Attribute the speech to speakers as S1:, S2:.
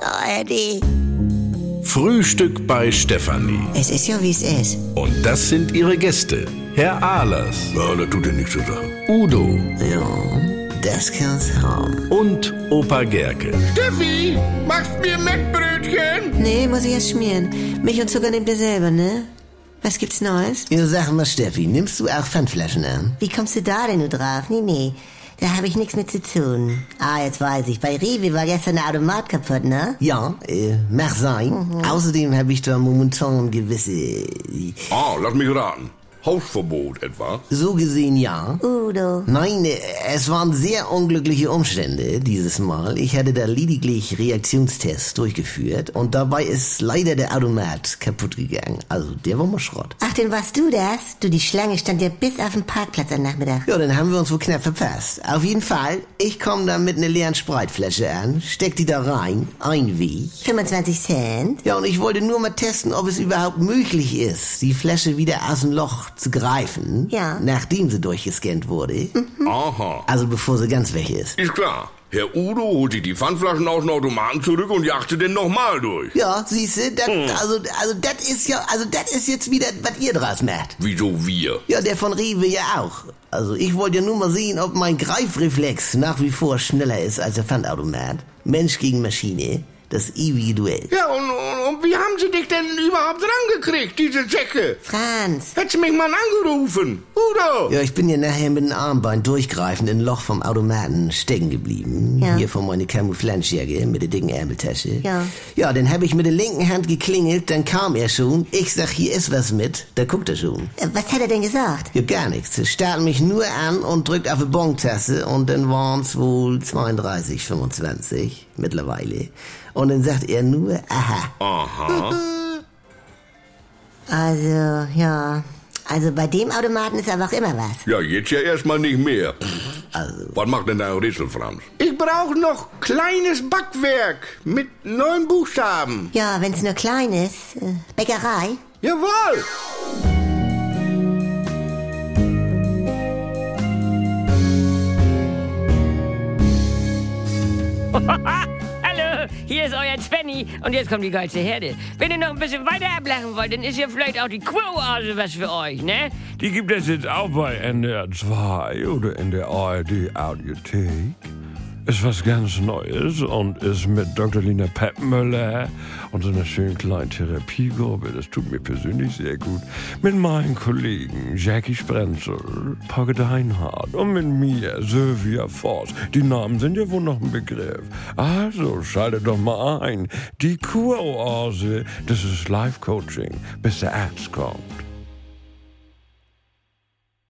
S1: ARD.
S2: Frühstück bei Stefanie.
S1: Es ist ja, wie es ist.
S2: Und das sind ihre Gäste. Herr Ahlers,
S3: Ja, das tut dir nichts zu sagen.
S2: Udo
S1: Ja, das kann's haben.
S2: und Opa Gerke.
S4: Steffi, machst mir Mettbrötchen?
S1: Nee, muss ich erst schmieren. Milch und Zucker nehmt ihr selber, ne? Was gibt's Neues?
S5: Ja, sag mal, Steffi, nimmst du auch Pfandflaschen an?
S1: Wie kommst du da denn nur drauf? Nee, nee. Da habe ich nichts mit zu tun. Ah, jetzt weiß ich. Bei Rewe war gestern der Automat kaputt, ne?
S5: Ja, äh, mag sein. Außerdem habe ich da momentan gewisse...
S3: Ah, lass mich raten. Hausverbot etwa?
S5: So gesehen ja.
S1: Udo.
S5: Nein, äh, es waren sehr unglückliche Umstände dieses Mal. Ich hatte da lediglich Reaktionstests durchgeführt und dabei ist leider der Automat kaputt gegangen. Also der war mal Schrott.
S1: Ach, denn warst du das? Du, die Schlange stand ja bis auf den Parkplatz am Nachmittag.
S5: Ja, dann haben wir uns wohl knapp verpasst. Auf jeden Fall, ich komme da mit einer leeren Spreitflasche an, steck die da rein, ein Weg.
S1: 25 Cent?
S5: Ja, und ich wollte nur mal testen, ob es überhaupt möglich ist, die Flasche wieder aus dem Loch zu greifen,
S1: Ja.
S5: nachdem sie durchgescannt wurde.
S3: Aha,
S5: Also bevor sie ganz weg ist.
S3: ist klar. Herr Udo holt sich die Pfandflaschen aus dem Automaten zurück und jagt sie denn nochmal durch.
S5: Ja, siehst du, dat, also, also das ist ja, also das ist jetzt wieder, was ihr draus macht.
S3: Wieso wir?
S5: Ja, der von Rewe ja auch. Also ich wollte ja nur mal sehen, ob mein Greifreflex nach wie vor schneller ist als der Pfandautomat. Mensch gegen Maschine, das ewige Duell.
S4: Ja, und, und, und wie haben sie dich denn überhaupt rangekriegt, diese Säcke?
S1: Franz.
S4: Hättest du mich mal angerufen, Udo.
S5: Ja, ich bin ja nachher mit dem Armbein durchgreifend in ein Loch vom Automaten stecken geblieben.
S1: Ja.
S5: Hier vor meine Camouflagejacke mit der dicken Ärmeltasche.
S1: Ja.
S5: Ja, dann habe ich mit der linken Hand geklingelt, dann kam er schon. Ich sag, hier ist was mit, da guckt er schon.
S1: Äh, Was hat er denn gesagt?
S5: Ja, gar nichts. Er starrt mich nur an und drückt auf die Bontasse und dann waren's wohl 32, 25 mittlerweile. Und dann sagt er nur, aha.
S3: Aha.
S1: Also, ja. Also bei dem Automaten ist aber auch immer was.
S3: Ja, jetzt ja erstmal nicht mehr.
S5: Also,
S3: Was macht denn dein Rätsel, Franz?
S4: Ich brauche noch kleines Backwerk mit neun Buchstaben.
S1: Ja, wenn's nur klein ist. Äh, Bäckerei.
S4: Jawohl.
S6: Hallo, hier ist euer Svenny und jetzt kommt die geilste Herde. Wenn ihr noch ein bisschen weiter ablachen wollt, dann ist ja vielleicht auch die Quo-Ase was für euch, ne?
S7: Die gibt es jetzt auch bei NDR 2 oder in der ARD Audiothek. Ist was ganz Neues und ist mit Dr. Lina Peppmüller und so einer schönen kleinen Therapiegruppe, das tut mir persönlich sehr gut, mit meinen Kollegen Jackie Sprenzel, Pogge Deinhardt und mit mir, Sylvia Voss. Die Namen sind ja wohl noch ein Begriff. Also schaltet doch mal ein. Die Kuroase, das ist Life-Coaching, bis der Arzt kommt.